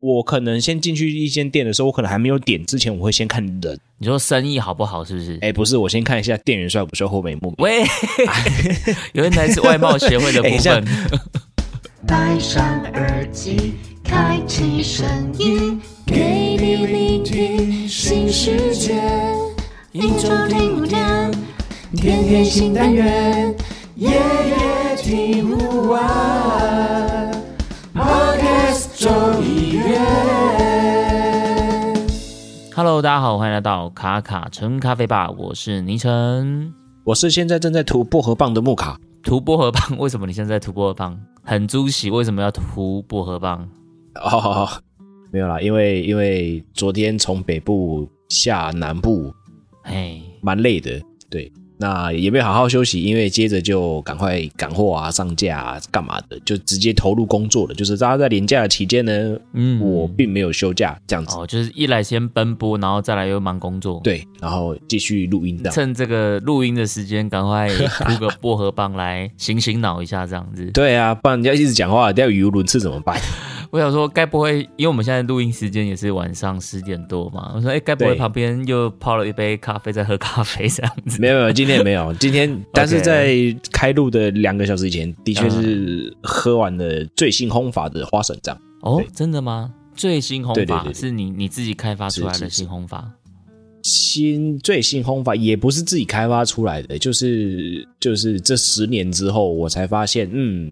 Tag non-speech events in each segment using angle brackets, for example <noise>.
我可能先进去一间店的时候，我可能还没有点之前，我会先看人。你说生意好不好？是不是？哎，不是，我先看一下店员帅不帅，后面目。 <laughs> 喂，有点来自外貌协会的部哎这分样。戴上耳机，开启声音，给你聆听新世界。一周听五天，天天新单元，夜夜听不完。Podcast 周一月。 Hello，大家好，欢迎来到卡卡城咖啡吧，我是倪晨。我是现在正在涂薄荷棒的木卡，涂薄荷棒，为什么你现在在涂薄荷棒？很猪喜，为什么要涂薄荷棒？哦，没有啦，因为因为昨天从北部下南部哎，蛮累的，对，那也没有好好休息，因为接着就赶快赶货啊、上架啊、干嘛的，就直接投入工作了。就是大家在连假的期间呢，嗯我并没有休假，这样子，哦，就是一来先奔波，然后再来又忙工作。，对，然后继续录音档。趁这个录音的时间，赶快涂个 <laughs> 薄荷棒来醒醒脑一下，这样子。对啊，不然人家一直讲话，掉语无伦次怎么办？我想说，该不会因为我们现在录音时间也是晚上十点多嘛？我说，哎，该不会对旁边又泡了一杯咖啡，在喝咖啡这样 <laughs> 子？没有没有，今天没有，今天但是在开录的两个小时以前，的确是喝完了最新烘法的花生酱。哦对，真的吗？最新对烘对法对对是你你自己开发出来是的是是新烘法，新最新烘法也不是自己开发出来的，就是就是这十年之后，我才发现，嗯，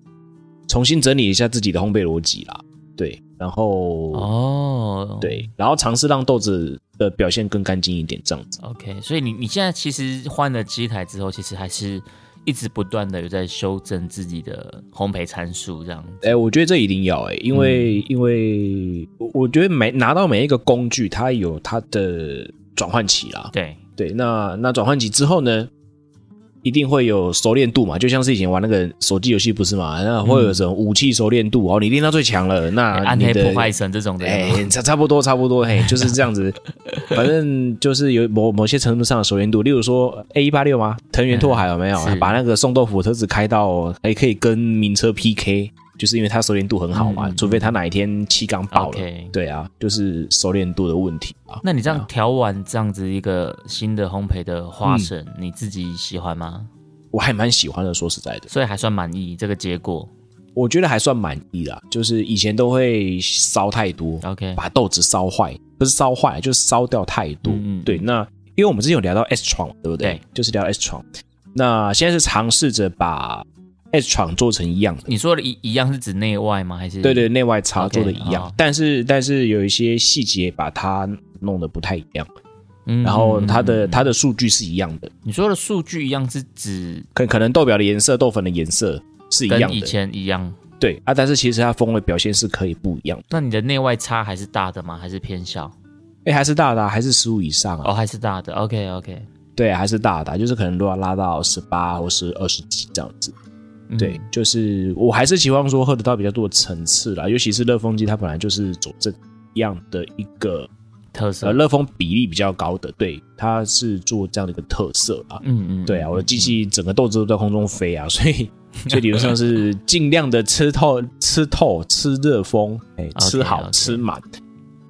重新整理一下自己的烘焙逻辑啦。对，然后、哦，对，然后尝试让豆子的表现更干净一点，这样子。 ，OK，所以你你现在其实换了机台之后，其实还是一直不断的有在修正自己的烘焙参数这样子。哎、我觉得这一定要哎、因嗯为、因为我我觉得每拿到每一个工具，它有它的转换期啦。对，对，那那转换期之后呢，一定会有熟练度嘛，就像是以前玩那个手机游戏不是嘛，那会有什么武器熟练度哦，你练到最强了，嗯哎那暗啊你黑的破坏神这种的，哎，差差不多差不多， <laughs> 嘿，就是这样子，反正就是有某某些程度上的熟练度，例如说 A 一八六吗？藤原拓海有没有嗯是把那个送豆腐的车子开到还可以跟名车 PK？就是因为他熟练度很好嘛，嗯除非他哪一天气缸爆了 OK 对啊，就是熟练度的问题啊。那你这样对啊嗯调完这样子一个新的烘焙的花神，你自己喜欢吗？我还蛮喜欢的，说实在的。所以还算满意这个结果。我觉得还算满意啦，就是以前都会烧太多 OK，把豆子烧坏，不是烧坏，就是烧掉太多。嗯嗯对，那因为我们之前有聊到 S 床，对不对？对就是聊 S 床。那现在是尝试着把 S 床做成一样的，你说的一一样是指内外吗？还是对对，内外差 OK，啊做的一样好但是但是有一些细节把它弄得不太一样，嗯然后它嗯嗯的、嗯它的数据是一样的，你说的数据一样是指可可能豆表的颜色、豆粉的颜色是一样跟以的，前一样？对啊，但是其实它风味表现是可以不一样的，那你的内外差还是大的吗？还是偏小？哎，还是大的、啊，还是十五以上啊，哦，还是大的。OK OK，对，还是大啊打，就是可能都要拉到十八或是二十几这样子。嗯对，就是我还是希望说喝得到比较多的层次啦，尤其是热风机，它本来就是走这样的一个特呃色。热风比例比较高的，对，它是做这样的一个特色啊。嗯嗯，对啊，我的机器整个豆子都在空中飞啊，所 <laughs> 以所以理论上是尽量的吃透、吃透、吃热风，哎、吃好 OK，OK 吃满。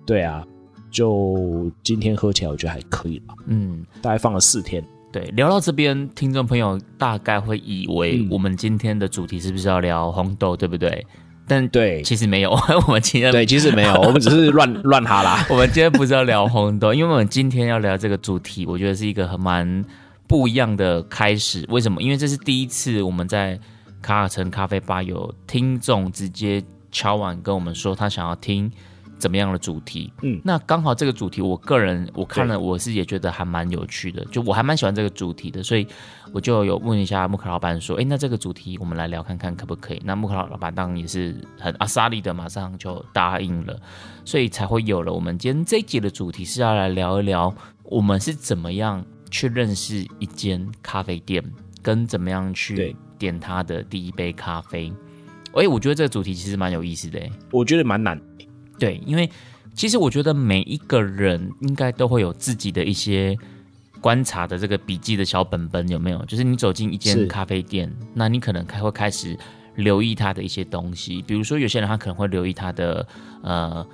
对啊，就今天喝起来我觉得还可以吧，嗯。大概放了四天。对，聊到这边，听众朋友大概会以为嗯我们今天的主题是不是要聊红豆，对不对？但对其实没有， <laughs> 我们今天对，其实 <laughs> 没有，我们只是乱乱哈啦。我们今天不是要聊红豆，因为我们今天要聊这个主题，我觉得是一个很蛮不一样的开始。为什么？因为这是第一次我们在卡尔城咖啡吧有听众直接敲碗跟我们说他想要听怎么样的主题。嗯那刚好这个主题，我个人我看了，我是也觉得还蛮有趣的，就我还蛮喜欢这个主题的，所以我就有问一下木卡老板说，诶，那这个主题我们来聊看看可不可以？那木卡老板当然也是很阿萨利的，马上就答应了，所以才会有了我们今天这一集的主题是要来聊一聊我们是怎么样去认识一间咖啡店，跟怎么样去对点它的第一杯咖啡。诶，我觉得这个主题其实蛮有意思的、诶我觉得蛮难，对，因为其实我觉得每一个人应该都会有自己的一些观察的这个笔记的小本本，有没有？就是你走进一间是咖啡店，那你可能开会开始留意它的一些东西，比如说有些人他可能会留意它的呃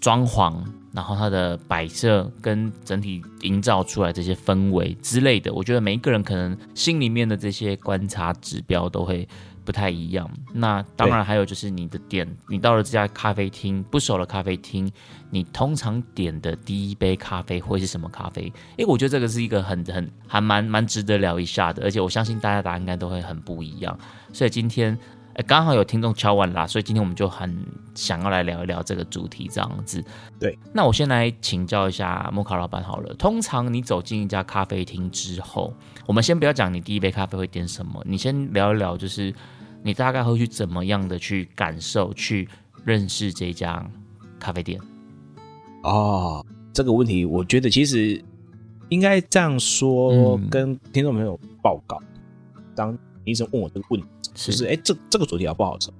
装潢，然后它的摆设跟整体营造出来这些氛围之类的，我觉得每一个人可能心里面的这些观察指标都会不太一样。那当然还有就是你的点，你到了这家咖啡厅不熟的咖啡厅，你通常点的第一杯咖啡会是什么咖啡？诶，我觉得这个是一个很很还蛮蛮值得聊一下的，而且我相信大家答案应该都会很不一样。所以今天。诶刚好有听众敲完啦，所以今天我们就很想要来聊一聊这个主题，这样子。那我先来请教一下莫卡老板好了。通常你走进一家咖啡厅之后，我们先不要讲你第一杯咖啡会点什么，你先聊一聊，就是你大概会去怎么样的去感受、去认识这家咖啡店。哦，这个问题，我觉得其实应该这样说，嗯跟听众朋友报告。当医生问我这个问题，就是哎、诶这这个主题好不好找？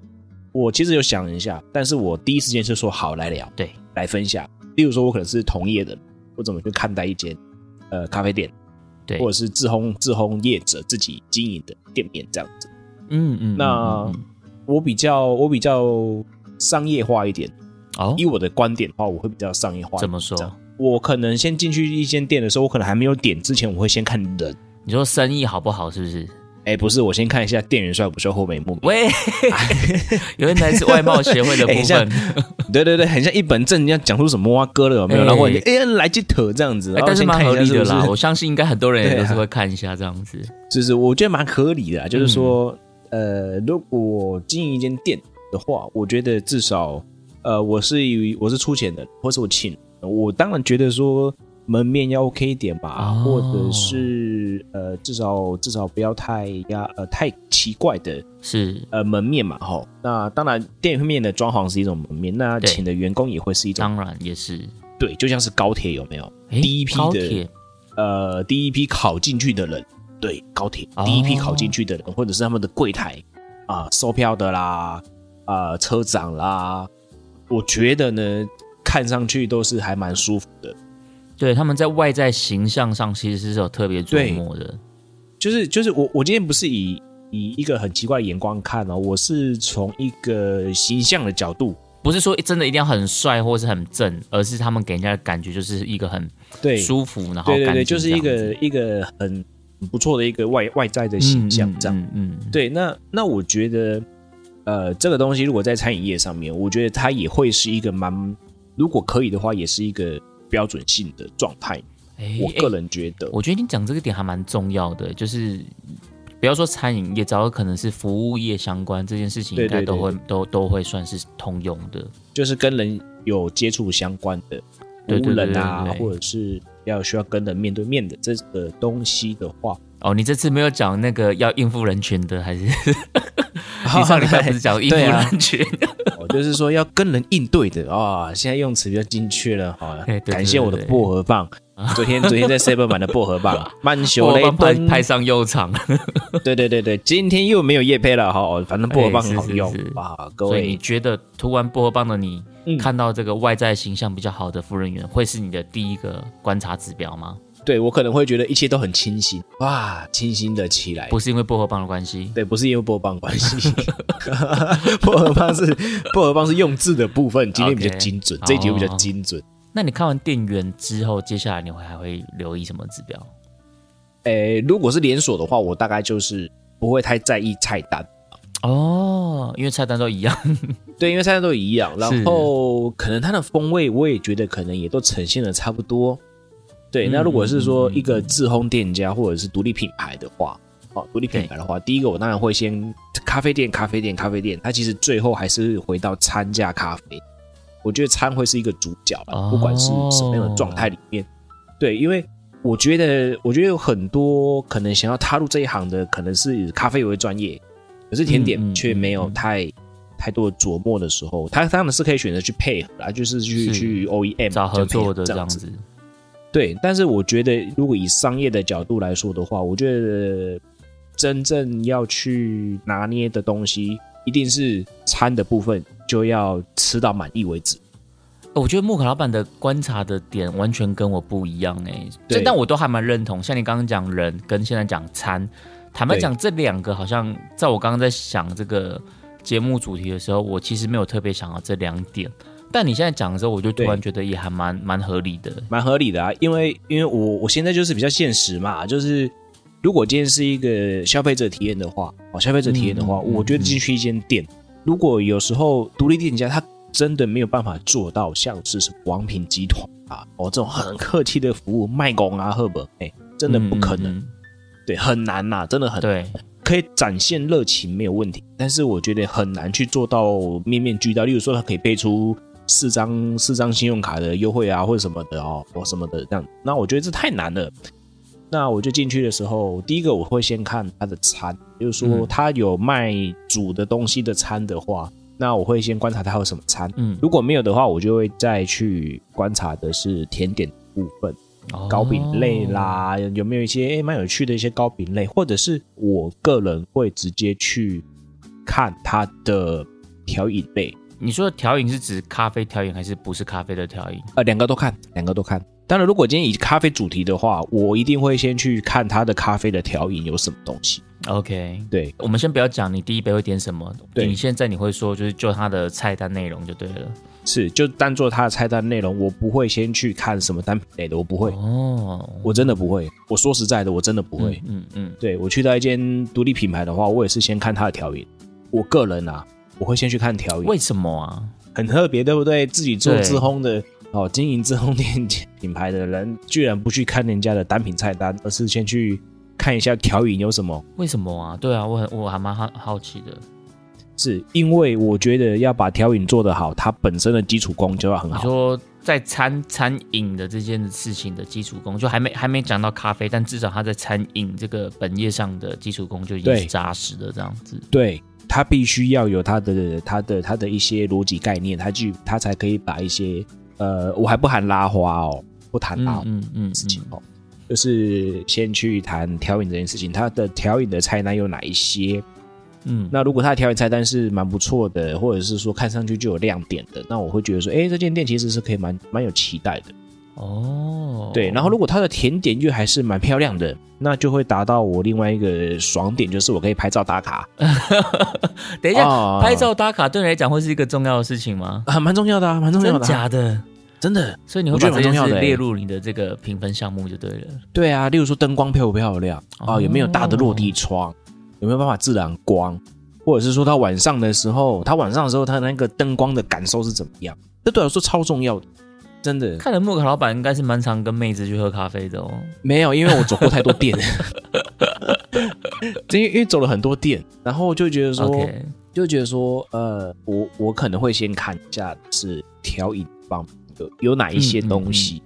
我其实有想一下，但是我第一时间是说好来聊，对，来分享。例如说，我可能是同业的人，我怎么去看待一间呃咖啡店，对，或者是自烘自烘业者自己经营的店面这样子。嗯嗯，那嗯嗯我比较我比较商业化一点，哦以，我的观点的话，我会比较商业化一点。怎么说这？样我可能先进去一间店的时候，我可能还没有点之前，我会先看人。你说生意好不好？是不是？ <laughs> 哎，不是，我先看一下店员帅不帅，后美目。喂， <laughs> 有人来自外贸 <laughs> 协会的哎部像分。对对对，很像一本正经要讲出什么哇哥了有没有？哎然后我就哎来这头这样子，哎然后但是先蛮看合一下理是的不是啦，我相信应该很多人也对都啊是会看一下这样子。就是我觉得蛮合理的啦，啊就是说，呃，如果经营一间店的话，我觉得至少，呃，我是以我是出钱的，或是我请，我当然觉得说门面要 OK 一点吧，哦或者是呃，至少至少不要太呀呃太奇怪的是，呃门面嘛，吼。那当然，店面的装潢是一种门面，那对请的员工也会是一种当然也是。对，就像是高铁有没有？诶第一批的高铁呃第一批考进去的人，对高铁哦第一批考进去的人，或者是他们的柜台啊、售票的啦，啊、车长啦，我觉得呢，看上去都是还蛮舒服的。对，他们在外在形象上其实是有特别琢磨的。就是就是我我今天不是以以一个很奇怪的眼光看哦，我是从一个形象的角度，不是说真的一定要很帅或是很正，而是他们给人家的感觉就是一个很对，舒服，然后对对干对，净就是一这个样子一个很很不错的一个外外在的形象嗯这样。嗯嗯，嗯对，那那我觉得，呃，这个东西如果在餐饮业上面，我觉得它也会是一个蛮，如果可以的话，也是一个标准性的状态。哎我个哎人觉得，我觉得你讲这个点还蛮重要的，就是不要说餐饮业，只要可能是服务业相关这件事情，对应该对都对会都都会算是通用的。就是跟人有接触相关的，服对务对对人啊，对对或者是要需要跟人面对面的这个东西的话，哦，你这次没有讲那个要应付人群的，还是 <laughs> 你上礼拜不是讲应 <laughs> 付对啊人群？ <laughs> 哦，就是说要跟人应对的啊、现在用词比较精确了，好了哎对，对感谢我的对对薄荷棒。昨天昨天在 Seven 买的薄荷 <laughs> 棒，慢我修雷帮派奔，派上用场，对对对对，今天又没有叶配了哈、哦，反正薄荷棒很好用哎是是是哇，各所以你位，觉得涂完薄荷棒的你，嗯看到这个外在形象比较好的夫人员，会是你的第一个观察指标吗？对我可能会觉得一切都很清新，哇，清新的起来。不是因为薄荷棒的关系，对，不是因为薄荷棒的关系， <laughs> 薄荷棒是薄荷棒是用字的部分，今天比较 OK，精准好这一集会比较精准。那你看完店员之后，接下来你会还会留意什么指标？诶、如果是连锁的话，我大概就是不会太在意菜单，哦，因为菜单都一样，对，因为菜单都一样，是然后可能它的风味我也觉得可能也都呈现的差不多。对，那如果是嗯说一个自烘店家或者是独立品牌的话，哦，独立品牌的话，第一个我当然会先咖啡店、咖啡店、咖啡店，它其实最后还是回到餐加咖啡。我觉得餐会是一个主角啦哦不管是什么样的状态里面，对，因为我觉得，我觉得有很多可能想要踏入这一行的，可能是咖啡为专业，可是甜嗯嗯点却没有嗯嗯太、太多的琢磨的时候，他他们是可以选择去配合啊，就是去是去 OEM <laughs> 找合作的这这样样子。子。对，但是我觉得，如果以商业的角度来说的话，我觉得真正要去拿捏的东西，一定是餐的部分就要吃到满意为止。我觉得木可老板的观察的点完全跟我不一样哎、欸，对这但我都还蛮认同。像你刚刚讲人跟现在讲餐，坦白对讲这两个好像在我刚刚在想这个节目主题的时候，我其实没有特别想到这两点。但你现在讲的时候，我就突然对觉得也还蛮蛮合理的。蛮合理的啊，因为因为我我现在就是比较现实嘛，就是如果今天是一个消费者体验的话，哦，消费者体验的话，嗯嗯我觉得进去一间店，如果有时候独立店家他真的没有办法做到像是什么王品集团啊，哦这种很客气的服务卖拱啊，赫本，哎，真的不可能，嗯，嗯对，很难呐、真的很难嗯对，可以展现热情没有问题，但是我觉得很难去做到面面俱到。例如说，他可以背出四张四张信用卡的优惠啊，或者什么的哦，或什么的这样。那我觉得这太难了。那我就进去的时候，第一个我会先看他的餐，就是说嗯他有卖煮的东西的餐的话，那我会先观察他有什么餐。嗯， <laughs> 如果没有的话，我就会再去观察的是甜点的部分。哦糕饼类啦，有没有一些诶蛮、有趣的一些糕饼类，或者是我个人会直接去看它的调饮类，哦。你说的调饮是指咖啡调饮还是不是咖啡的调饮？呃，两个都看，两个都看。当然，如果今天以咖啡主题的话，我一定会先去看它的咖啡的调饮有什么东西。 OK，对，我们先不要讲你第一杯会点什么，对你现在你会说就是就它的菜单内容就对了。是就当做它的菜单内容，我不会先去看什么单品类的，我不会，哦，我真的不会。我说实在的，我真的不会。嗯嗯对我去到一间独立品牌的话，我也是先看它的调饮。我个人啊，我会先去看调嗯，饮。为什么啊？很特别，对不对？自己做对自烘的哦，经营自烘店品牌的人，居然不去看人家的单品菜单，而是先去看一下调饮有什么。为什么啊？对啊，我很我还蛮好好奇的。是因为我觉得要把调饮做得好，它本身的基础功就要很你好。说在餐餐饮的这件事情的基础功，就还没还没讲到咖啡，但至少他在餐饮这个本业上的基础功就已经对是扎实的这样子。对，它必须要有它的、它的、它的一些逻辑概念，它去它才可以把一些呃，我还不含拉花哦，不谈拉花。嗯嗯事情哦，就是先去谈调饮这件事情，它的调饮的菜单有哪一些？嗯那如果它的调饮菜单是蛮不错的，或者是说看上去就有亮点的，那我会觉得说，哎、这间店其实是可以蛮蛮有期待的。哦，对，然后如果它的甜点又还是蛮漂亮的，那就会达到我另外一个爽点，就是我可以拍照打卡， <laughs> 等一下、啊拍照打卡对你来讲会是一个重要的事情吗？啊，蛮重要的啊，蛮重要真的啊、假的？真的。所以你会我觉把得这件蛮重要的事欸列入你的这个评分项目就对了。对啊，例如说灯光漂不漂亮啊、哦有没有大的落地窗，有没有办法自然光，或者是说它晚上的时候，它晚上的时候它那个灯光的感受是怎么样？这对我来说超重要的，真的看来木卡老板应该是蛮常跟妹子去喝咖啡的哦。没有，因为我走过太多店， <laughs> 因为因为走了很多店，然后就觉得说 OK，就觉得说，呃，我我可能会先看一下是调饮方面有有哪一些东西。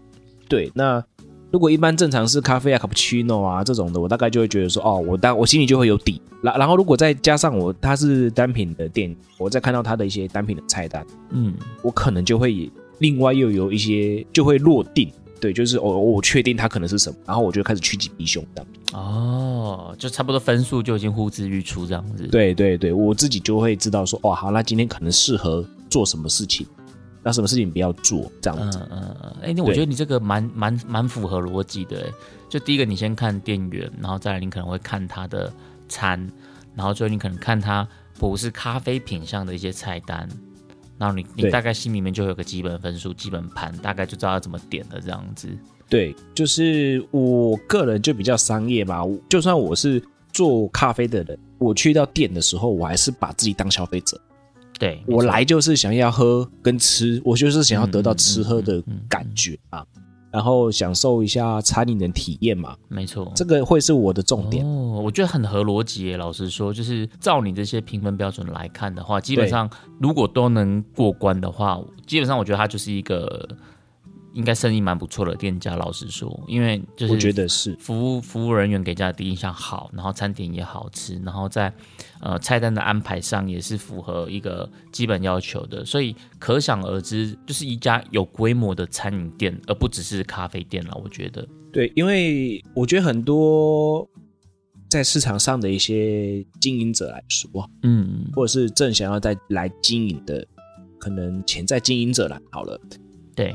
对，那如果一般正常是咖啡啊、卡布奇诺啊这种的，我大概就会觉得说，哦，我当我心里就会有底。然然后如果再加上我它是单品的店，我再看到它的一些单品的菜单，嗯，我可能就会另外又有一些就会落定。对，就是我、哦、我确定它可能是什么，然后我就开始趋吉避凶这样。哦，就差不多分数就已经呼之欲出这样子。对对对，我自己就会知道说，哦，好，那今天可能适合做什么事情，那什么事情不要做，这样嗯子。嗯嗯，哎、那我觉得你这个蛮蛮蛮符合逻辑的。哎就第一个，你先看店员，然后再来你可能会看他的餐，然后最后你可能看他不是咖啡品项的一些菜单，然后你你对大概心里面就有个基本分数、基本盘，大概就知道要怎么点了这样子。对，就是我个人就比较商业嘛，我就算我是做咖啡的人，我去到店的时候，我还是把自己当消费者，对，没我错，来就是想要喝跟吃，我就是想要得到嗯嗯吃喝的嗯嗯嗯感觉啊，然后享受一下餐饮的体验嘛，没错，这个会是我的重点。哦，我觉得很合逻辑耶。老实说，就是照你这些评分标准来看的话，基本上如果都能过关的话，基本上我觉得他就是一个应该生意蛮不错的店家。老实说，因为就是我觉得是服务服务人员给大家的第一印象好，然后餐点也好吃，然后在呃菜单的安排上也是符合一个基本要求的，所以可想而知，就是一家有规模的餐饮店，而不只是咖啡店了。我觉得，对，因为我觉得很多在市场上的一些经营者来说，嗯，或者是正想要再来经营的，可能潜在经营者来好了。对，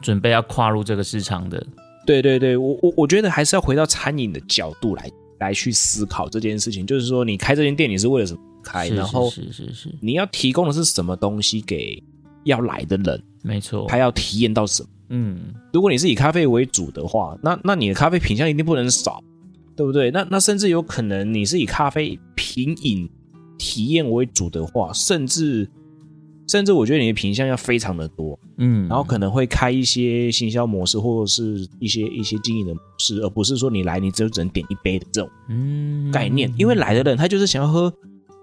准备要跨入这个市场的，对对对，我我我觉得还是要回到餐饮的角度来来去思考这件事情，就是说你开这间店你是为了什么开，是哎然后是是是是，你要提供的是什么东西给要来的人，没错，他要体验到什么。嗯，如果你是以咖啡为主的话，那那你的咖啡品相一定不能少，对不对？那那甚至有可能你是以咖啡品饮体验为主的话，甚至甚至我觉得你的品相要非常的多，嗯，然后可能会开一些行销模式或者是一些一些经营的模式，而不是说你来你只有只能点一杯的这种嗯概念，因为来的人他就是想要喝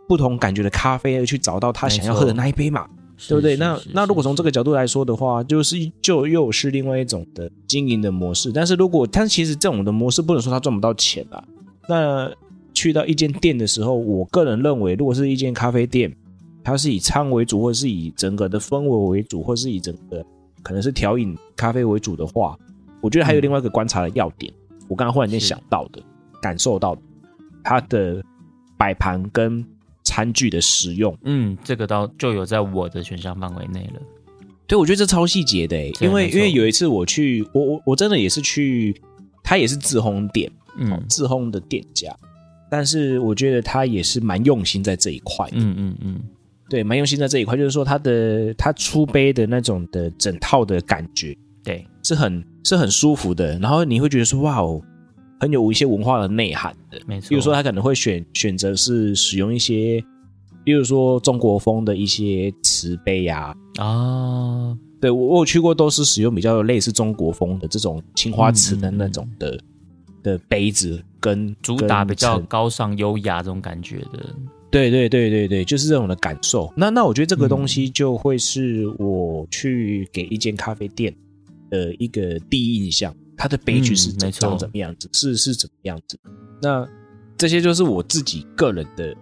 不同感觉的咖啡，而去找到他想要喝的那一杯嘛。对不对？那那如果从这个个角度来说的话，就是就又是另外一种的经营的模式。但是如果但其实这种的模式不能说它赚不到钱啦。那去到一间店的时候，我个人认为，如果是一间咖啡店，它是以餐为主，或是以整个的氛围为主，或是以整个可能是调饮咖啡为主的话，我觉得还有另外一个观察的要点，我刚刚忽然间是想到的、感受到的，它的摆盘跟餐具的使用。嗯，这个到就有在我的选项范围内了。对，我觉得这超细节的欸，对因为没错因为有一次我去，我我我真的也是去，他也是自烘店，嗯自烘的店家，但是我觉得他也是蛮用心在这一块，嗯嗯嗯，对，蛮用心在这一块，就是说他的他出杯的那种的整套的感觉对，是很是很舒服的，然后你会觉得说哇哦，很有一些文化的内涵的，没错。比如说他可能会选选择是使用一些，比如说中国风的一些瓷杯呀、啊，对我我有去过，都是使用比较类似中国风的这种青花瓷的那种的、的杯子跟嗯主打比较跟盛高尚优雅这种感觉的，对对对对对，就是这种的感受。那那我觉得这个东嗯西就会是我去给一间咖啡店的一个第一印象，它的杯具是嗯怎没错长怎么样子，是是怎么样子。那这些就是我自己个人的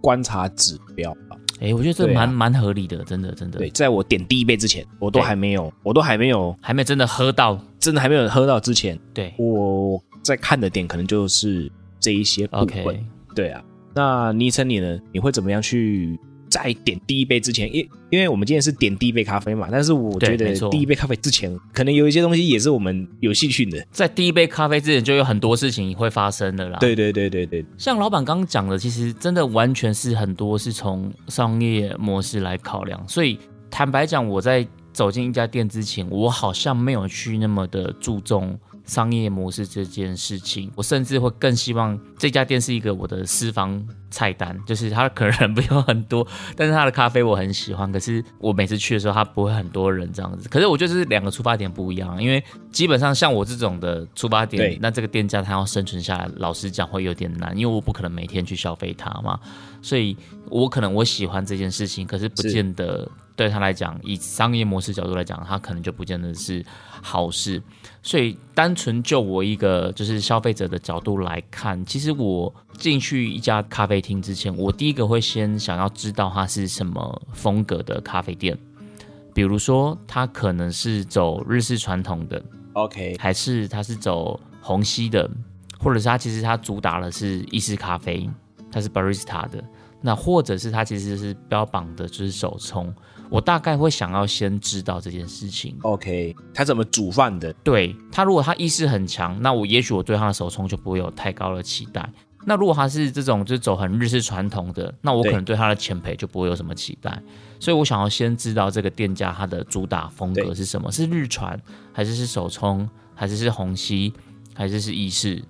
观察指标吧。哎，我觉得这对啊蛮蛮合理的，真的真的。对，，在我点第一杯之前，我都对还没有，我都还没有，还没真的喝到，真的还没有喝到之前，对我在看的点可能就是这一些部分。 ，OK，对啊，那昵称你呢？你会怎么样去在点第一杯之前？因因为我们今天是点第一杯咖啡嘛，但是我觉对得没错第一杯咖啡之前，可能有一些东西也是我们有兴趣的。在第一杯咖啡之前就有很多事情会发生的啦。对对对对对像老板刚刚讲的，其实真的完全是很多是从商业模式来考量，所以坦白讲，我在走进一家店之前，我好像没有去那么的注重商业模式这件事情，我甚至会更希望这家店是一个我的私房菜单，就是它可能没有很多，但是它的咖啡我很喜欢，可是我每次去的时候，它不会很多人这样子。可是我觉得这是两个出发点不一样，因为基本上像我这种的出发点对，那这个店家他要生存下来，老实讲会有点难，因为我不可能每天去消费它嘛，所以我可能我喜欢这件事情，可是不是见得对他来讲，以商业模式角度来讲，他可能就不见得是好事。所以单纯就我一个就是消费者的角度来看，其实我进去一家咖啡厅之前，我第一个会先想要知道它是什么风格的咖啡店，比如说它可能是走日式传统的， ，OK，还是它是走虹吸的，或者是它其实它主打的是意式咖啡，它是 barista 的，那或者是它其实是标榜的就是手冲，我大概会想要先知道这件事情。 OK，他怎么煮饭的？对他，如果他意识很强，那我也许我对他的手冲就不会有太高的期待。那如果他是这种就是走很日式传统的，那我可对能对他的前培就不会有什么期待。所以我想要先知道这个店家他的主打风格对是什么，是日传还是是手冲，还是是虹吸，还是是意式。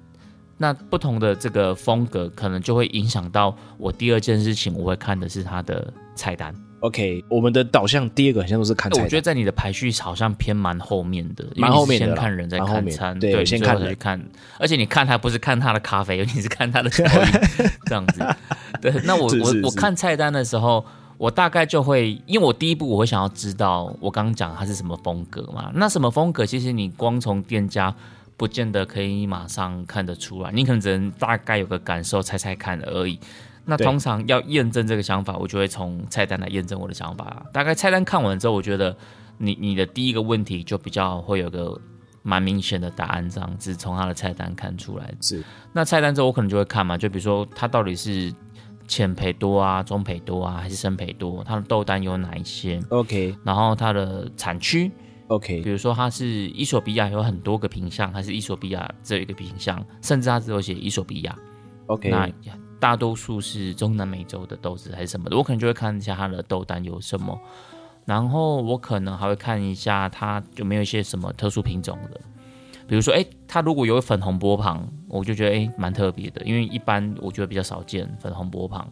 那不同的这个风格，可能就会影响到我第二件事情，我会看的是它的菜单。 OK，我们的导向第二个好像都是看欸菜我觉单。得在你的排序好像偏蛮后面的，因为蛮后面的你啦是先看人再蛮后看面餐，对对，先你最后看才人看，而且你看他不是看他的咖啡， <laughs> 你是看 <laughs> 他的手艺这样子。对，那我是我是我是看菜单的时候，我大概就会，因为我第一步我会想要知道我刚刚讲它是什么风格嘛，那什么风格，其实你光从店家。不见得可以马上看得出来，你可能只能大概有个感受，猜猜看而已。那对通常要验证这个想法，我就会从菜单来验证我的想法啦。大概菜单看完之后，我觉得你你的第一个问题就比较会有个蛮明显的答案，这样子从他的菜单看出来。是那菜单之后，我可能就会看嘛，就比如说它到底是浅培多啊、中培多啊，还是深培多，它的豆单有哪一些， OK 然后它的产区， OK，比如说它是伊索比亚有很多个品相，还是伊索比亚只有一个品相，甚至它只有写伊索比亚。 OK，那大多数是中南美洲的豆子还是什么的，我可能就会看一下它的豆单有什么。然后我可能还会看一下它有没有一些什么特殊品种的，比如说，哎，它如果有粉红波旁，我就觉得哎蛮特别的，因为一般我觉得比较少见粉红波旁。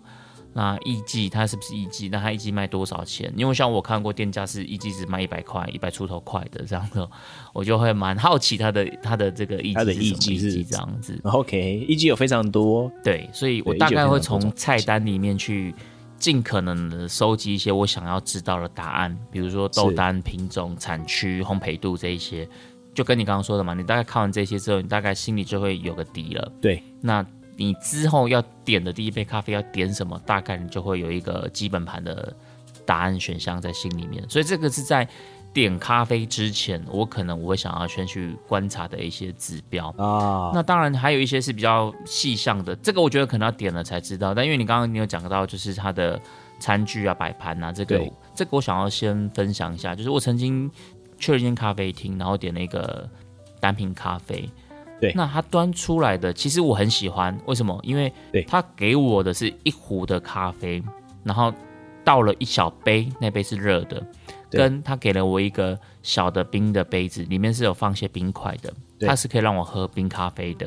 那一季它是不是一季？那它一季卖多少钱？因为像我看过店家是一季只卖一百块，一百出头块的这样子，我就会蛮好奇它的它的这个一它的季一季是什么是一季这样子。 OK，一季有非常多，对，所以我对大19概会非常多从种菜单里面去尽可能的收集一些我想要知道的答案，比如说豆是单、品种、产区、烘焙度这一些。就跟你刚刚说的嘛，你大概看完这些之后，你大概心里就会有个底了。对，那你之后要点的第一杯咖啡要点什么，大概你就会有一个基本盘的答案选项在心里面。所以这个是在点咖啡之前，我可能我会想要先去观察的一些指标。啊，那当然还有一些是比较细项的，这个我觉得可能要点了才知道。但因为你刚刚你有讲到，就是它的餐具啊、摆盘啊，这个对这个我想要先分享一下，就是我曾经去了一间咖啡厅，然后点了一个单品咖啡。对那它端出来的其实我很喜欢，为什么？因为对它给我的是一壶的咖啡，然后倒了一小杯，那杯是热的，对跟他给了我一个小的冰的杯子，里面是有放一些冰块的，对它是可以让我喝冰咖啡的。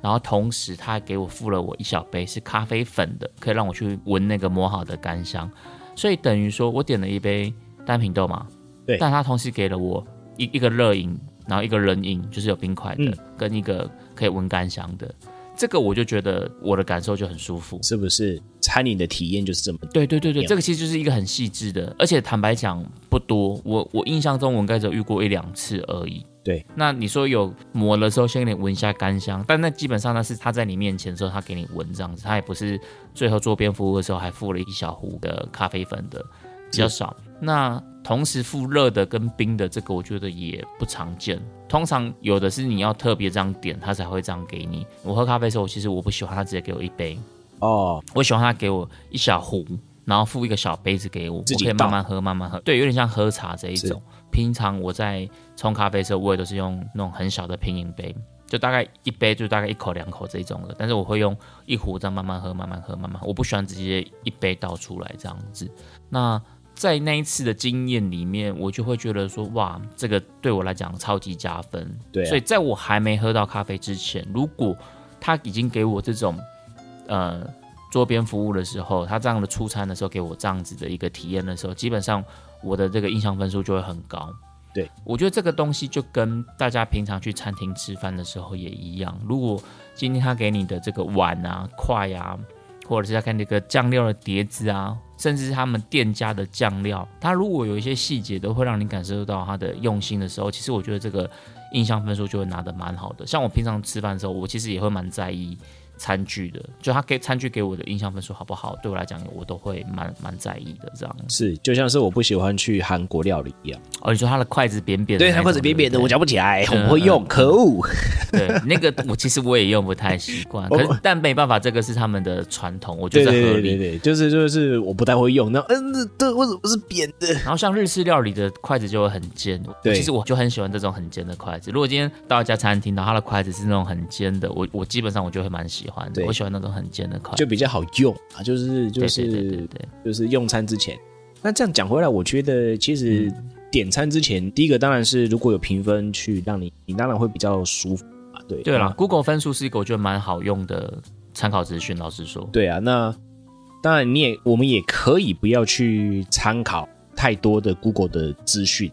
然后同时他还给我付了我一小杯是咖啡粉的，可以让我去闻那个磨好的干香。所以等于说我点了一杯单品豆嘛，对但他同时给了我一一个热饮，然后一个冷饮，就是有冰块的，嗯跟一个可以闻干香的。这个我就觉得我的感受就很舒服，是不是餐饮的体验就是这么？对对对对，样这个其实就是一个很细致的，而且坦白讲不多，我我印象中我应该只有遇过一两次而已。对，那你说有抹的时候先给你闻一下干香，但那基本上那是他在你面前的时候他给你闻这样子，他也不是最后做边服务的时候还附了一小壶的咖啡粉的，比较少。那同时附热的跟冰的这个，我觉得也不常见。通常有的是你要特别这样点，他才会这样给你。我喝咖啡的时候，其实我不喜欢他直接给我一杯，哦，我喜欢他给我一小壶，然后附一个小杯子给我，自己我可以倒慢慢喝，慢慢喝。对，有点像喝茶这一是种。平常我在冲咖啡的时候，我也都是用那种很小的平饮杯，就大概一杯就大概一口两口这一种的。但是我会用一壶这样慢慢喝，慢慢喝，慢慢喝。我不喜欢直接一杯倒出来这样子。那在那一次的经验里面，我就会觉得说，哇，这个对我来讲超级加分。对啊所以在我还没喝到咖啡之前，如果他已经给我这种，呃，桌边服务的时候，他这样的出餐的时候给我这样子的一个体验的时候，基本上我的这个印象分数就会很高。对，我觉得这个东西就跟大家平常去餐厅吃饭的时候也一样。如果今天他给你的这个碗啊、筷啊，或者是他看那个酱料的碟子啊，甚至是他们店家的酱料，它如果有一些细节都会让你感受到它的用心的时候，其实我觉得这个印象分数就会拿得蛮好的。像我平常吃饭的时候，我其实也会蛮在意餐具的，就他给餐具给我的印象分数好不好，对我来讲我都会蛮蛮在意的这样。是就像是我不喜欢去韩国料理一样，哦，你说他的筷子扁扁的那种，对不对不起来，我不会用可恶。对，那个我其实我也用不太习 <laughs> 惯，我可是但没办法，这个是他们的传统，我觉对得合哦对理。对对对，就是就是我不太会用，那嗯，这这为什么是扁的？然后像日式料理的筷子就会很尖，对其实我就很喜欢这种很尖的筷子。如果今天到一家餐厅，然后它的筷子是那种很尖的，我我基本上我就会蛮喜欢的，对我喜欢那种很尖的筷子就。比较好用啊，就是就对是对对对对，就是用餐之前。那这样讲回来，我觉得其实点餐之前，第一个当然是如果有评分去让你，你当然会比较舒服嘛，对对啦 g o o g l e 分数是一个我觉得蛮好用的参考资讯，老实说。对啊，那当然你也我们也可以不要去参考太多的 Google 的资讯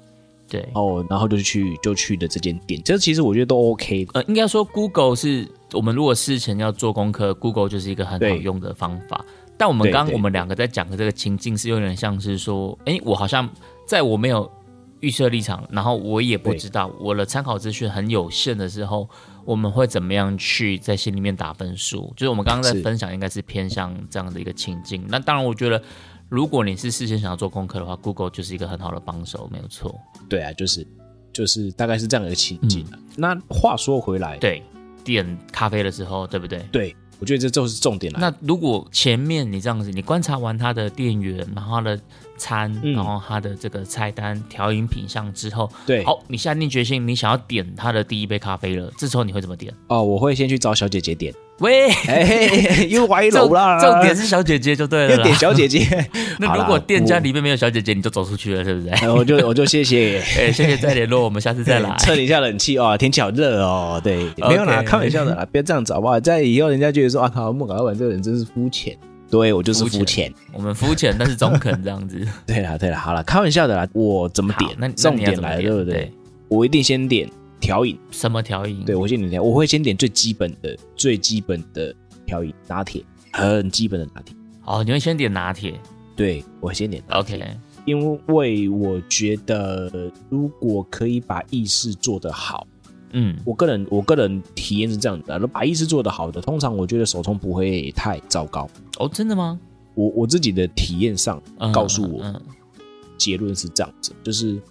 对，哦，然后就去就去的这间店，这其实我觉得都 OK 的。呃，应该说 Google 是我们如果事前要做功课，Google 就是一个很好对用的方法。但我们对刚对我们两个在讲的这个情境是有点像是说，哎、我好像在我没有预设立场，然后我也不对知道我的参考资讯很有限的时候，我们会怎么样去在心里面打分数？就是我们刚刚在是分享，应该是偏向这样的一个情境。那当然，我觉得如果你是事先想要做功课的话，Google 就是一个很好的帮手，没有错。对啊，就是就是大概是这样的一个情景、啊那话说回来，嗯对，点咖啡的时候，对不对？对我觉得这就是重点了。那如果前面你这样子，你观察完他的店员，然后他的餐，嗯然后他的这个菜单、调饮品项之后，对好，你下定决心，你想要点他的第一杯咖啡了，这时候你会怎么点？哦，我会先去找小姐姐点。喂， <laughs> 哎，又歪重楼啦！重点是小姐姐就对了又啦。。点小姐姐 <laughs> 那好啦如果店家，我里面没有小姐姐，你就走出去了，是不是？哎我就我就谢谢。哎，谢谢再联络，我们下 <laughs> 次 <laughs> 再来。测一下冷气哦，天气好热哦。对 OK 没有啦，开玩笑的啦，不要这样子好不好？在以后人家觉得说啊靠，莫搞老板这个人真是肤浅。对我就是肤肤浅浅。 <laughs> 我们肤浅但是中肯这 <laughs> 样子。对啦对啦，好啦，开玩笑的啦。我怎么点好？那那重你要点怎么来了，点对不对对？嗯我一定先点调饮，什么调饮？对我先点调，我会先点最基本的、最基本的调饮拿铁，很基本的拿铁。哦，你会先点拿铁。对我先点拿铁 OK，因为我觉得如果可以把意式做得好，嗯，我个人我个人体验是这样的，如果把意式做得好的，通常我觉得手冲不会太糟糕。哦，真的吗？我我自己的体验上嗯告诉我，嗯结论是这样子，就是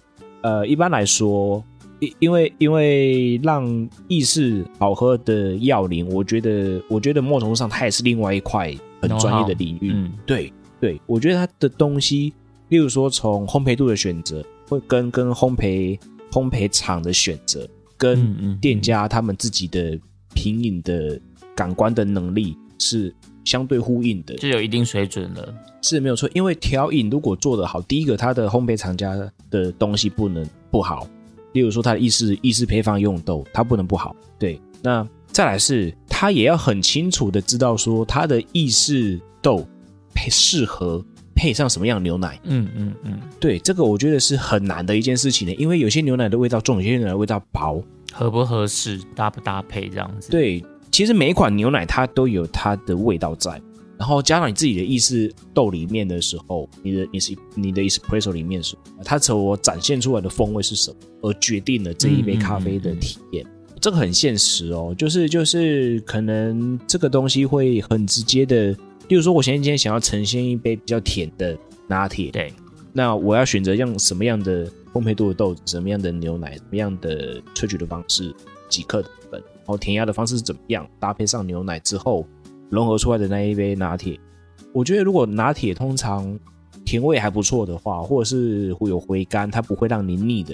呃，一般来说，因因为因为让意式好喝的要领，我觉得我觉得某种程度上它也是另外一块很专业的领域。嗯，对对，我觉得它的东西，例如说从烘焙度的选择，会跟跟烘焙烘焙厂的选择，嗯跟嗯店家他们自己的品饮的感官的能力是相对呼应的，嗯就有一定水准了。是没有错。因为调饮如果做得好，第一个它的烘焙厂家的东西不能不好，例如说它的意式意式配方用豆，它不能不好。对，那再来是它也要很清楚的知道说它的意式豆配适合配上什么样的牛奶。嗯嗯嗯，对，这个我觉得是很难的一件事情的，因为有些牛奶的味道重，有些牛奶的味道薄。合不合适，搭不搭配这样子。，对，其实每一款牛奶它都有它的味道在，然后加上你自己的意式豆里面的时候，你的你是你的 espresso 里面是呃它所展现出来的风味是什么，而决定了这一杯咖啡的体验。嗯这个很现实哦，就是就是可能这个东西会很直接的，例如说我现在今天想要呈现一杯比较甜的拿铁，对，那我要选择用什么样的烘焙度的豆子，什么样的牛奶，什么样的萃取的方式，几克的粉，然后填压的方式是怎么样，搭配上牛奶之后融合出来的那一杯拿铁。我觉得如果拿铁通常甜味还不错的话，或者是会有回甘，它不会让你腻的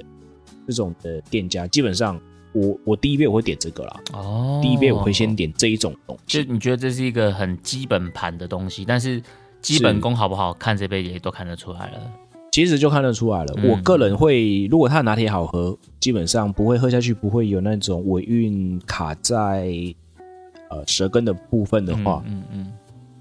这种的店家，基本上我我第一杯我会点这个啦，哦，第一杯我会先。点这一种东就西。你觉得这是一个很基本盘的东西，但是基本功好不好看，这杯也都看得出来了。其实就看得出来了。嗯我个人会，如果它的拿铁好喝，基本上不会喝下去，不会有那种尾韵卡在呃舌根的部分的话，嗯嗯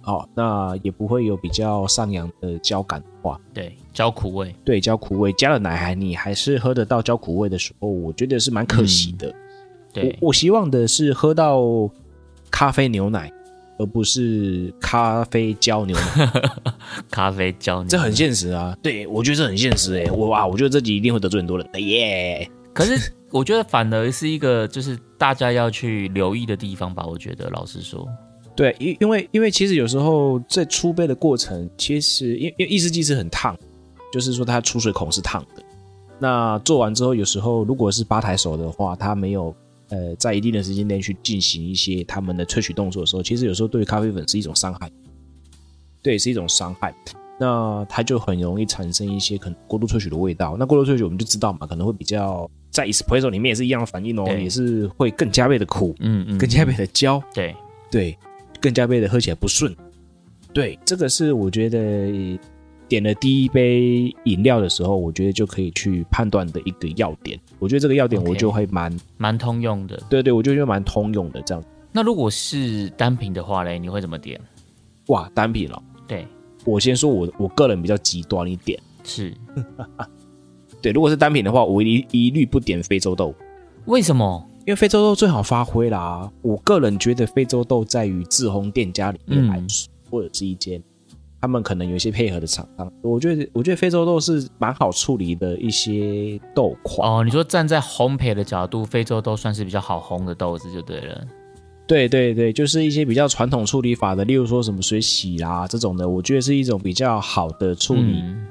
哦，那也不会有比较上扬的焦感的话，嗯，对，焦苦味。对焦苦味加了奶还你还是喝得到焦苦味的时候，我觉得是蛮可惜的。嗯对，我我希望的是喝到咖啡牛奶，而不是咖啡焦牛奶。 <laughs> 咖啡焦你。这很现实啊，对我觉得这很现实哎、我哇，我觉得这集一定会得罪很多人的耶。可是我觉得反而是一个就是大家要去留意的地方吧。我觉得老实说，对，因因为因为其实有时候在出杯的过程，其实因因为意式机是很烫，就是说它出水孔是烫的。那做完之后，有时候如果是吧台手的话，他没有呃在一定的时间内去进行一些他们的萃取动作的时候，其实有时候对于咖啡粉是一种伤害，对，是一种伤害。那它就很容易产生一些可能过度萃取的味道。那过度萃取我们就知道嘛，可能会比较在 espresso 里面也是一样的反应哦，对也是会更加倍的苦，嗯嗯，更加倍的焦。对，对，更加杯的喝起来不顺。对，这个是我觉得呃点了第一杯饮料的时候，我觉得就可以去判断的一个要点。我觉得这个要点 OK 我就会蛮蛮通用的。对对，我就觉得蛮通用的这样。那如果是单品的话嘞，你会怎么点？哇，单品了、对，我先说我我个人比较极端一点。是对，如果是单品的话，我一一律不点非洲豆，为什么？因为非洲豆最好发挥啦。我个人觉得非洲豆在于自烘店家里面来嗯说，或者是一间他们可能有一些配合的厂商，我觉得我觉得非洲豆是蛮好处理的一些豆款。哦，你说站在烘焙的角度，非洲都算是比较好烘的豆子就对了。对对对，就是一些比较传统处理法的，例如说什么水洗啦这种的，我觉得是一种比较好的处理嗯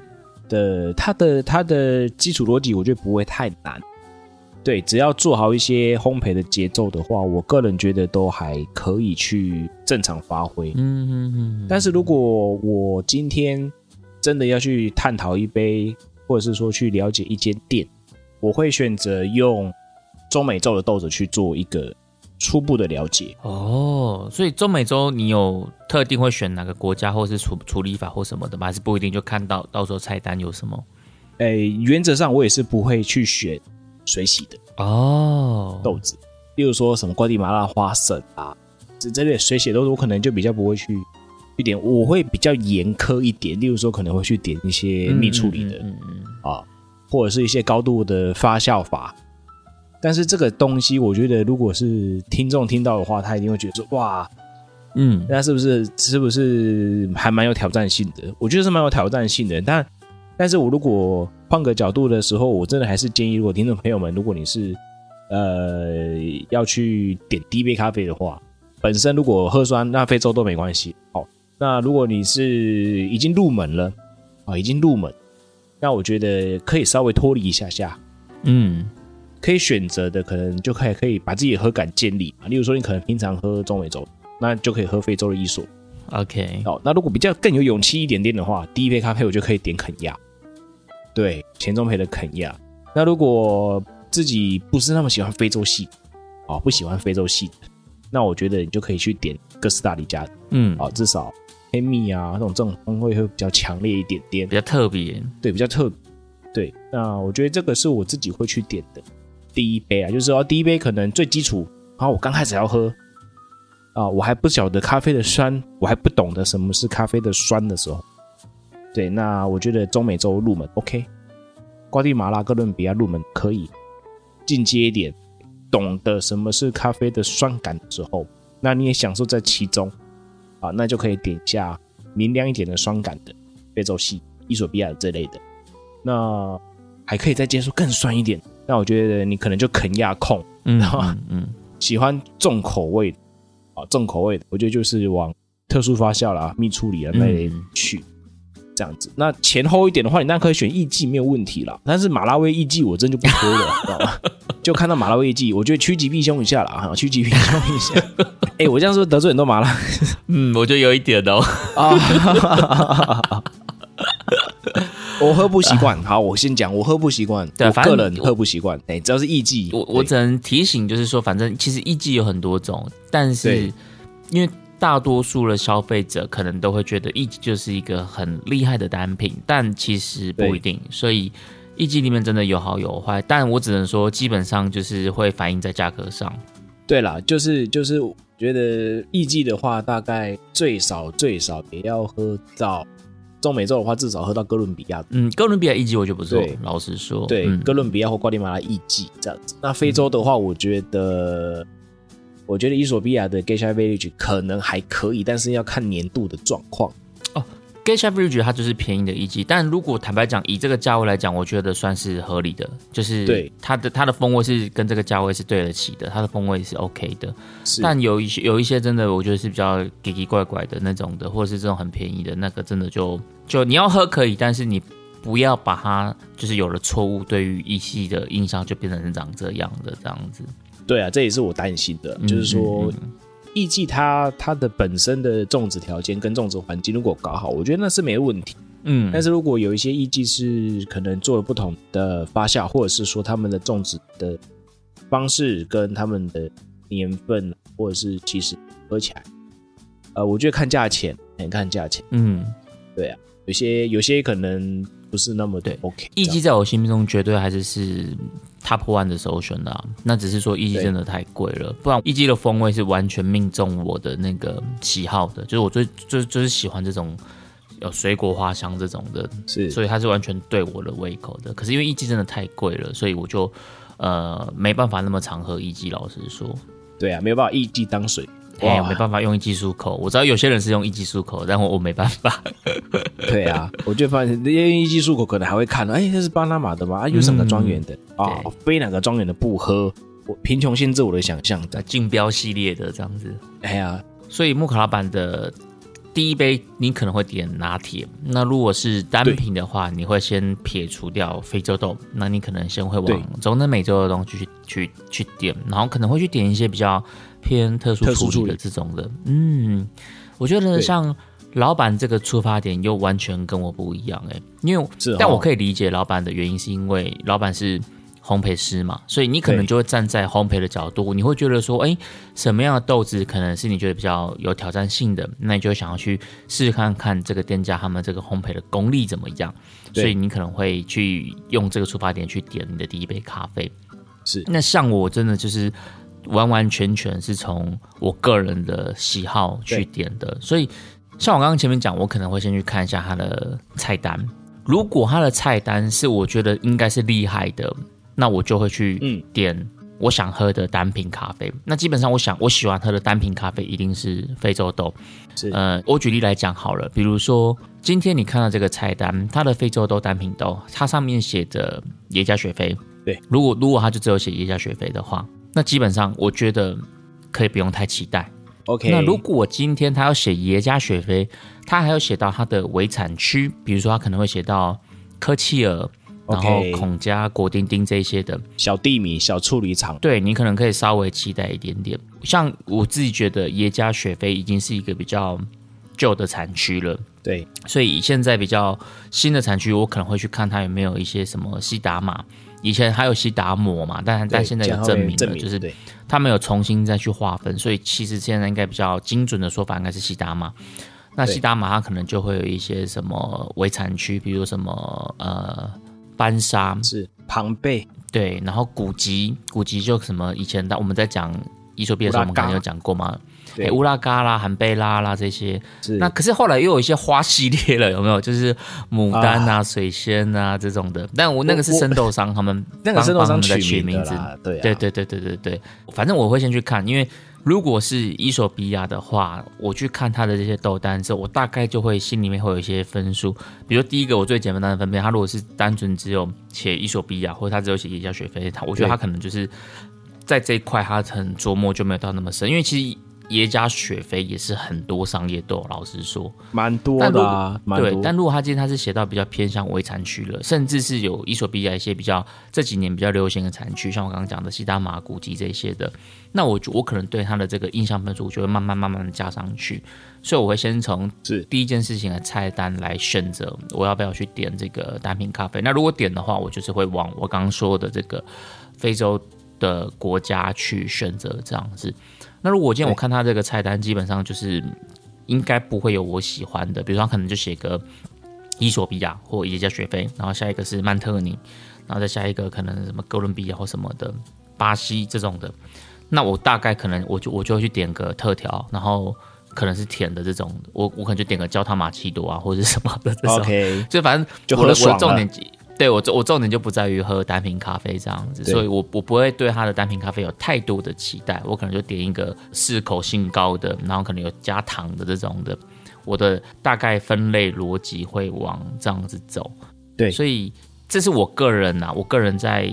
的。它的它的基础逻辑，我觉得不会太难。对，只要做好一些烘焙的节奏的话，我个人觉得都还可以去正常发挥。嗯嗯嗯，但是如果我今天真的要去探讨一杯，或者是说去了解一间店，我会选择用中美洲的豆子去做一个初步的了解。哦，所以中美洲你有特定会选哪个国家，或是处处理法或什么的吗？还是不一定就看到到时候菜单有什么？诶，原则上我也是不会去选水洗的哦，豆子，例如说什么瓜地马拉花生啊，这这类水洗豆子，我可能就比较不会去去点，我会比较严苛一点。例如说，可能会去点一些蜜处理的、嗯嗯啊，或者是一些高度的发酵法。但是这个东西，我觉得如果是听众听到的话，他一定会觉得说：“哇，嗯，那是不是是不是还蛮有挑战性的？我觉得是蛮有挑战性的，但但是我如果换个角度的时候，我真的还是建议，如果听众朋友们，如果你是呃要去点第一杯咖啡的话，本身如果喝酸，那非洲都没关系。好，那如果你是已经入门了，啊、已经入门，那我觉得可以稍微脱离一下下，嗯可以选择的，可能就可以可以把自己的喝感建立嘛。例如说，你可能平常喝中美洲，那就可以喝非洲的伊索。 ，OK，哦，那如果比较更有勇气一点点的话，第一杯咖啡我就可以点肯亚，对，钱钟培的肯亚。那如果自己不是那么喜欢非洲系，哦，不喜欢非洲系的，那我觉得你就可以去点哥斯达黎加的，嗯，哦，至少黑蜜啊那种正风味会比较强烈一点点比，较特别，对，比较特别。对，那我觉得这个是我自己会去点的第一杯啊，就是说第一杯可能最基础，然后我刚开始要喝啊，我还不晓得咖啡的酸，我还不懂得什么是咖啡的酸的时候，对，那我觉得中美洲入门 OK，瓜地马拉、哥伦比亚啊入门可以，进阶一点，懂得什么是咖啡的酸感的时候，那你也享受在其中啊，那就可以点一下明亮一点的酸感的非洲系、伊索比亚这类的。那还可以再接受更酸一点。那我觉得你可能就肯亚控，嗯然后嗯嗯喜欢重口味的啊，重口味的，我觉得就是往特殊发酵啦、蜜处理啊那类嗯去、这样子。那前后一点的话，你当然可以选艺妓没有问题啦。 <laughs> 但是马拉维艺妓我真就不推了，知道吗？ <laughs> 就看到马拉维艺妓，我觉得 <laughs> 趋吉避凶一下啦，啊趋吉避凶一下。哎、我这样是不是得罪很多马拉嗯，我觉得有一点哦，啊？我喝不习惯，好，我先讲，我喝不习惯，对啊我反个正人我喝不习惯，哎、只要是艺妓，我我对只能提醒，就是说，反正其实艺伎有很多种，但是对因为大多数的消费者可能都会觉得艺伎就是一个很厉害的单品，但其实不一定，所以艺伎里面真的有好有坏，但我只能说，基本上就是会反映在价格上。对啦，就是就是，我觉得艺妓的话，大概最少最少也要喝到中美洲的话，至少喝到哥伦比亚。嗯，哥伦比亚艺伎我就不错对，老实说，对，嗯哥伦比亚或瓜地马拉艺妓这样子。那非洲的话，我觉得，我觉得伊索比亚的 Geisha Village 可能还可以，但是要看年度的状况。 Geisha Village 它就是便宜的一季，但如果坦白讲，以这个价位来讲，我觉得算是合理的，就是对它的它的风味是跟这个价位是对得起的，它的风味是 OK 的。是，但有一些有一些真的，我觉得是比较奇奇怪怪的那种的，或者是这种很便宜的那个，真的就就你要喝可以，但是你不要把它就是有了错误，对于一系的印象就变成长这样的这样子。对啊，这也是我担心的，嗯就是说嗯嗯艺妓它它的本身的种植条件跟种植环境如果搞好，我觉得那是没问题。嗯，但是如果有一些艺妓是可能做了不同的发酵，或者是说他们的种植的方式跟他们的年份，或者是其实喝起来，呃，我觉得看价钱，很看价钱，嗯，对啊，有些有些可能不是那么的对 OK，这艺样伎在我心目中绝对还是是 top one 的首选啦、那只是说艺伎真的太贵了，不然艺伎的风味是完全命中我的那个喜好的，就是我最最就是喜欢这种有水果花香这种的，是所以它是完全对我的胃口的。可是因为艺伎真的太贵了，所以我就呃没办法那么常喝艺伎，老实说。对啊，没有办法艺妓当水，哎，哇没办法用一技漱口。我知道有些人是用一技漱口，但我我没办法。 <laughs> <laughs> 对啊，我就发现因为艺妓漱口可能还会看，哎，这是巴拿马的吗？啊，又是哪个庄园的啊？嗯对非哪个庄园的不喝？我贫穷限制我的想象的，竞标系列的这样子，哎呀，所以木卡老板的第一杯你可能会点拿铁，那如果是单品的话，你会先撇除掉非洲豆，那你可能先会对往中南美洲的东西去去去点，然后可能会去点一些比较偏特殊特殊处处理的理这种的。嗯，我觉得对像老板这个出发点又完全跟我不一样哎、因为是哦但我可以理解老板的原因，是因为老板是烘焙师嘛，所以你可能对就会站在烘焙的角度，你会觉得说，哎，什么样的豆子可能是你觉得比较有挑战性的，那你就会想要去试试看看这个店家他们这个烘焙的功力怎么样，对所以你可能会去用这个出发点去点你的第一杯咖啡。是那像我真的就是完完全全是从我个人的喜好去点的，所以像我刚刚前面讲，我可能会先去看一下它的菜单，如果它的菜单是我觉得应该是厉害的，那我就会嗯去点我想喝的单品咖啡。那基本上我想我喜欢喝的单品咖啡一定是非洲豆，是呃，我举例来讲好了，比如说今天你看到这个菜单，它的非洲豆单品豆，它上面写的耶加雪菲。对，如果如果它就只有写耶加雪菲的话，那基本上我觉得可以不用太期待。 OK。那如果今天他要写耶加雪菲，他还要写到它的围产区，比如说他可能会写到科契尔，然后 OK 孔加、果丁丁这一些的。小地米、小处理厂，对你可能可以稍微期待一点点。像我自己觉得耶加雪菲已经是一个比较旧的产区了。对，所以现在比较新的产区，我可能会去看它有没有一些什么西达玛，以前还有西达摩嘛，但但对现在这有样证会明了，证明就是对他们有重新再去划分，所以其实现在应该比较精准的说法应该是西达玛。那对西达玛它可能就会有一些什么围产区，比如什么呃班沙，是庞贝对，然后古籍，古籍就什么以前当我们在讲伊索比亚的时候，我们乌拉可嘎能有讲过嘛，对诶乌拉嘎啦、韩贝拉啦这些，是那可是后来又有一些花系列了，有没有？就是牡丹啊、水仙啊这种的。但我那个是我圣斗商他们那个帮圣斗帮他商们在取取名名的字，啦，对啊对对对对对对，反正我会先去看，因为如果是伊索比亚啊的话，我去看它的这些豆单之后，我大概就会心里面会有一些分数。比如第一个，我最简单的分辨，它如果是单纯只有写伊索比亚，啊或者它只有写耶加雪菲，它我觉得它可能就是在这一块它很琢磨就没有到那么深，因为其实耶加雪菲也是很多商业豆，老实说，蛮多但如的果啊，蛮对，多但如果他今天他是写到比较偏向围产区了，甚至是有伊索比亚一些比较这几年比较流行的产区，像我刚刚讲的西达马古籍这些的，那我就我可能对他的这个印象分数，我就会慢慢慢慢的加上去。所以我会先从是第一件事情的菜单来选择我要不要去点这个单品咖啡。那如果点的话，我就是会往我刚刚说的这个非洲的国家去选择这样子。那如果今天我看他这个菜单，基本上就是应该不会有我喜欢的，比如说他可能就写个伊索比亚或耶加雪菲，然后下一个是曼特尼，然后再下一个可能什么哥伦比亚或什么的，巴西这种的。那我大概可能我就我就会去点个特调，然后可能是甜的这种，我我可能就点个焦糖玛奇朵啊或者是哦什么的这种。 OK，就反嗯正就我的喝爽我的重了点，对我我重点就不在于喝单品咖啡这样子，对所以我我不会对它的单品咖啡有太多的期待，我可能就点一个适口性高的，然后可能有加糖的这种的，我的大概分类逻辑会往这样子走。对所以这是我个人呐、啊，我个人在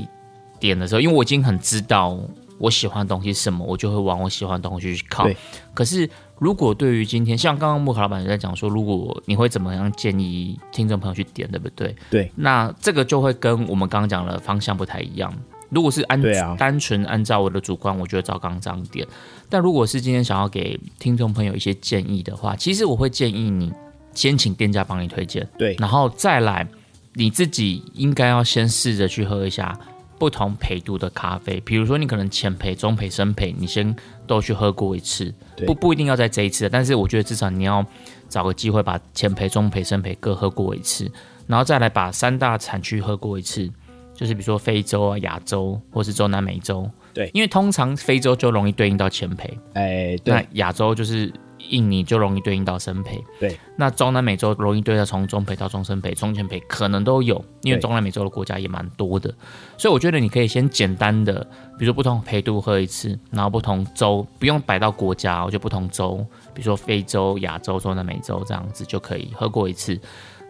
点的时候，因为我已经很知道我喜欢的东西是什么，我就会往我喜欢的东西去靠对。可是如果对于今天，像刚刚木卡老板在讲说，如果你会怎么样建议听众朋友去点，对不对？对，那这个就会跟我们刚刚讲的方向不太一样。如果是按、对啊单纯按照我的主观，我觉得照刚刚这样点。但如果是今天想要给听众朋友一些建议的话，其实我会建议你先请店家帮你推荐，对然后再来你自己应该要先试着去喝一下不同焙度的咖啡，比如说你可能浅焙、中焙、深焙，你先都去喝过一次，对不不一定要在这一次，但是我觉得至少你要找个机会把浅焙、中焙、深焙各喝过一次，然后再来把三大产区喝过一次。就是比如说非洲啊、亚洲，或是中南美洲，对因为通常非洲就容易对应到前培，哎那对亚洲就是印尼就容易对应到深培，对，那中南美洲容易对应到从中培到中深培、中前培可能都有，因为对中南美洲的国家也蛮多的，所以我觉得你可以先简单的，比如说不同培度喝一次，然后不同州不用摆到国家哦，我就不同州，比如说非洲、亚洲、中南美洲这样子就可以喝过一次。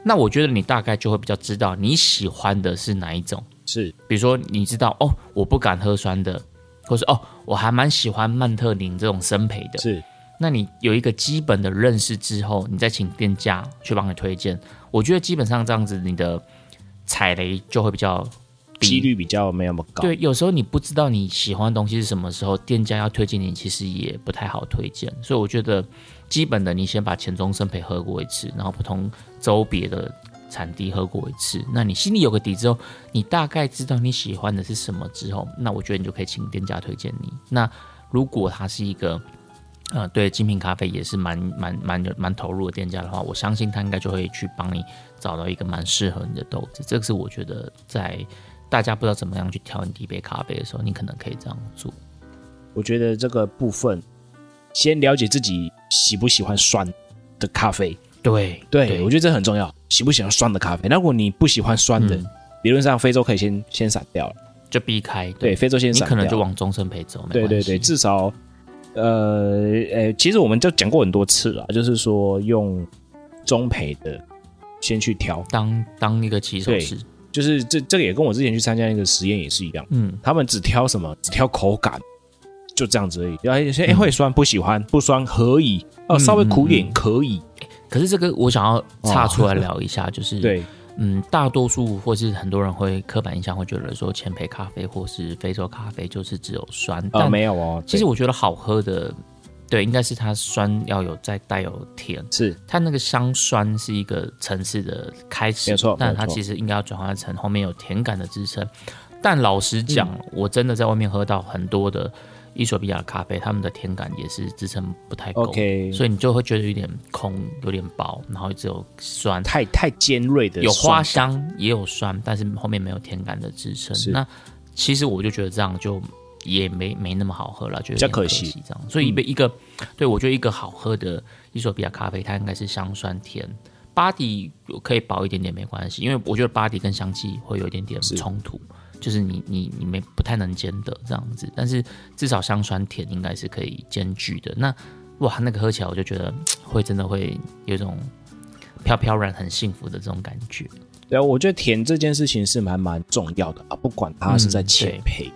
那我觉得你大概就会比较知道你喜欢的是哪一种。是比如说你知道哦，我不敢喝酸的，或是哦，我还蛮喜欢曼特宁这种生培的。是那你有一个基本的认识之后，你再请店家去帮你推荐，我觉得基本上这样子你的踩雷就会比较低几率比较没那么高，对，有时候你不知道你喜欢的东西是什么时候，店家要推荐你，其实也不太好推荐。所以我觉得基本的，你先把前中生培喝过一次，然后不同周别的产地喝过一次，那你心里有个底之后，你大概知道你喜欢的是什么之后，那我觉得你就可以请店家推荐你。那如果他是一个呃，对精品咖啡也是蛮蛮蛮有蛮投入的店家的话，我相信他应该就会去帮你找到一个蛮适合你的豆子。这个是我觉得在大家不知道怎么样去挑你第一杯咖啡的时候，你可能可以这样做。我觉得这个部分，先了解自己喜不喜欢酸的咖啡。对对，我觉得这很重要，喜不喜欢酸的咖啡。那如果你不喜欢酸的，嗯理论上非洲可以先先闪掉了。就避开。对，非洲先你闪掉，可能就往终身陪走，没对对关系对，至少呃呃，其实我们就讲过很多次了，就是说用中培的先去挑，当当一个骑手对是，就是这这个也跟我之前去参加那个实验也是一样，嗯，他们只挑什么，只挑口感，就这样子而已。然后有些嗯哎会酸不喜欢，不酸可以，哦稍微苦一点可以，可是这个我想要岔出来聊一 <laughs> 下，就是，对嗯嗯，大多数或是很多人会刻板印象会觉得说浅焙咖啡或是非洲咖啡就是只有酸，啊但没有哦，其实对我觉得好喝的，对，应该是它酸要有再带有甜，是它那个香酸是一个层次的开始，没错但它没错其实应该要转化成后面有甜感的支撑。但老实讲，嗯我真的在外面喝到很多的伊索比亚咖啡，他们的甜感也是支撑不太够 OK 所以你就会觉得有点空，有点薄，然后只有酸，太太尖锐的有酸花香也有酸，但是后面没有甜感的支撑。是那其实我就觉得这样就也没没那么好喝了，觉比得有较点可可惜嗯这样。所以一杯一个，对我觉得一个好喝的伊索比亚咖啡，它应该是香酸甜。巴底可以薄一点点没关系，因为我觉得巴底跟香气会有一点点冲突，就是你你你们不太能兼得这样子，但是至少香酸甜应该是可以兼具的。那哇，那个喝起来我就觉得嗯会真的会有一种飘飘然很幸福的这种感觉。对啊，我觉得甜这件事情是蛮蛮重要的啊，不管它是在嗯浅培、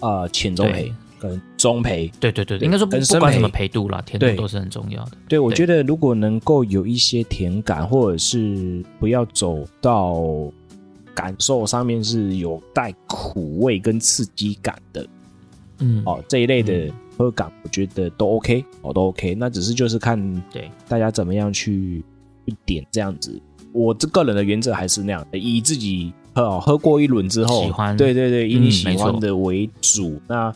啊、浅中培对跟中培，对对对，对应该说不跟生不管培什么培度啦，甜对度都是很重要的。对我对觉得如果能够有一些甜感，或者是不要走到感受上面是有带苦味跟刺激感的嗯，哦这一类的喝感，我觉得都 OK 哦都 OK，那只是就是看对，大家怎么样去去点这样子。我这个人的原则还是那样，以自己喝哦喝过一轮之后，喜欢对对对，以嗯你喜没错欢的为主。那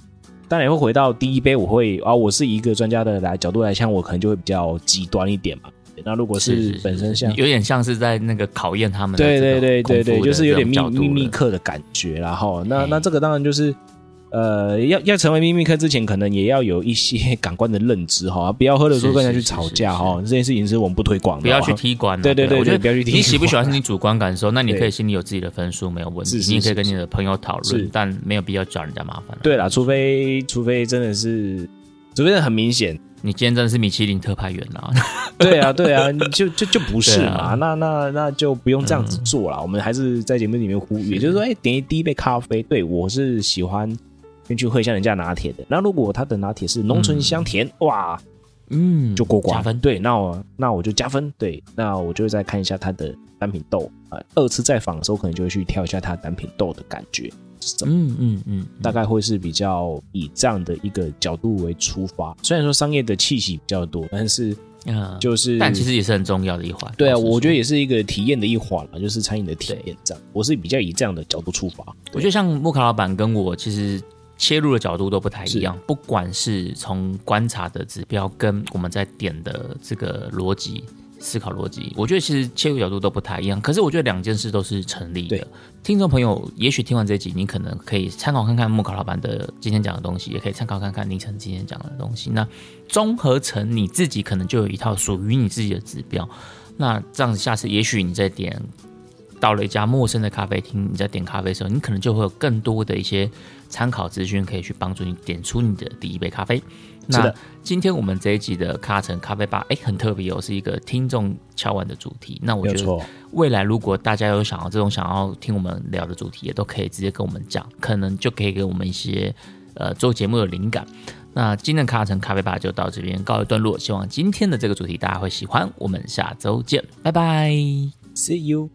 当然也会回到第一杯，我会啊，我是以一个专家的来角度来看，我可能就会比较极端一点嘛。对那如果是本身像有点像是在那个考验他们的对对这个对对对，功夫就的嗯是有这点种秘角度秘密了课的感觉啦哈。那嘿那这个当然就是，呃，要要成为秘密课之前，可能也要有一些感官的认知哈，不要喝了之后是跟人家去是是吵是架是哈。这件事情是我们不推广的，不要去哈踢馆啊。对对对我觉对得不要去踢你喜不馆啊喜欢是你主观感受，那你对可以心里有自己的分数，没有问题是，是你也可是以跟你的朋友讨是论，但没有必要找人家麻烦啊了。对啦，除非除非真的是，除非真的很明显。你今天真的是米其林特派员啦，对啊，对啊，你 <laughs> 就就就不是对嘛，啊嗯那那那就不用这样子做啦。我们还是在节目里面呼吁，就是说，哎、点一第一杯咖啡，对我是喜欢先去喝一下人家拿铁的。那如果他的拿铁是浓醇香甜，哇，嗯，就过关加分。对，那我那我就加分。对，那我就会再看一下它的单品豆啊、二次再访的时候，可能就会去挑一下它单品豆的感觉是怎么样嗯嗯嗯，大概会是比较以这样的一个角度为出发。虽然说商业的气息比较多，但是嗯，就是但其实也是很重要的一环。对啊，老实我觉说得也是一个体验的一环啦，就是餐饮的体验对这样。我是比较以这样的角度出发。我觉得像木卡老板跟我其实切入的角度都不太一是样，不管是从观察的指标跟我们在点的这个逻辑思考逻辑，我觉得其实切入角度都不太一样。可是我觉得两件事都是成立对的。听众朋友，也许听完这一集，你可能可以参考看看木卡老板的今天讲的东西，也可以参考看看凌晨今天讲的东西。那综合成你自己可能就有一套属于你自己的指标。那这样子，下次也许你在点到了一家陌生的咖啡厅，你在点咖啡的时候，你可能就会有更多的一些参考资讯可以去帮助你点出你的第一杯咖啡。是那的今天我们这一集的咖城咖啡吧，哎，很特别哦，是一个听众敲碗的主题。那我没有觉得错，未来如果大家有想要这种想要听我们聊的主题，也都可以直接跟我们讲，可能就可以给我们一些呃做节目的灵感。那今天的咖城咖啡吧就到这边告一段落，希望今天的这个主题大家会喜欢。我们下周见，拜拜。 See you。